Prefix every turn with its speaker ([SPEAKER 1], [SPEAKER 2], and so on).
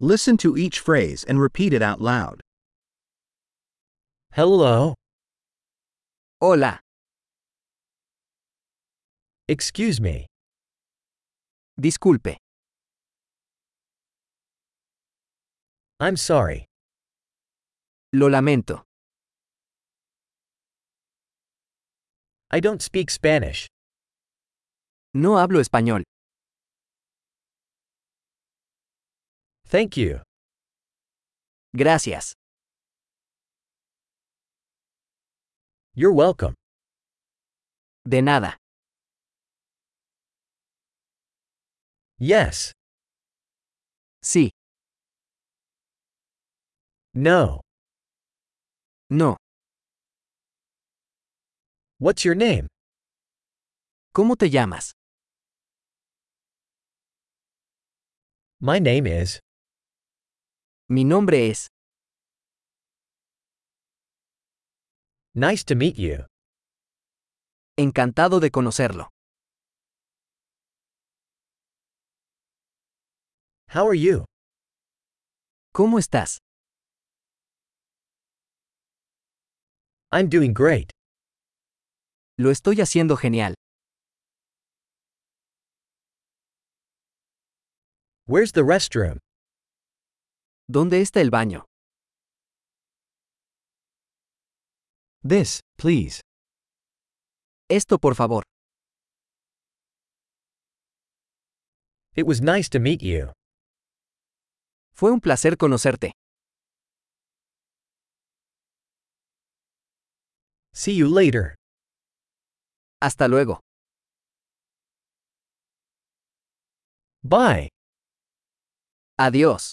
[SPEAKER 1] Listen to each phrase and repeat it out loud.
[SPEAKER 2] Hello.
[SPEAKER 3] Hola,
[SPEAKER 2] Excuse me.
[SPEAKER 3] disculpe,
[SPEAKER 2] I'm sorry.
[SPEAKER 3] lo lamento.
[SPEAKER 2] I don't speak Spanish.
[SPEAKER 3] No hablo español.
[SPEAKER 2] Thank you.
[SPEAKER 3] Gracias.
[SPEAKER 2] You're welcome.
[SPEAKER 3] De nada.
[SPEAKER 2] Yes.
[SPEAKER 3] Sí,
[SPEAKER 2] No.
[SPEAKER 3] no.
[SPEAKER 2] What's your name?
[SPEAKER 3] ¿Cómo te llamas?
[SPEAKER 2] My name is.
[SPEAKER 3] Mi nombre es.
[SPEAKER 2] Nice to meet you.
[SPEAKER 3] Encantado de conocerlo.
[SPEAKER 2] How are you?
[SPEAKER 3] ¿Cómo estás?
[SPEAKER 2] I'm doing great.
[SPEAKER 3] Lo estoy haciendo genial.
[SPEAKER 2] Where's the restroom?
[SPEAKER 3] ¿Dónde está el baño?
[SPEAKER 2] This, please.
[SPEAKER 3] Esto por favor.
[SPEAKER 2] It was nice to meet you.
[SPEAKER 3] Fue un placer conocerte.
[SPEAKER 2] See you later.
[SPEAKER 3] Hasta luego.
[SPEAKER 2] Bye.
[SPEAKER 3] Adiós.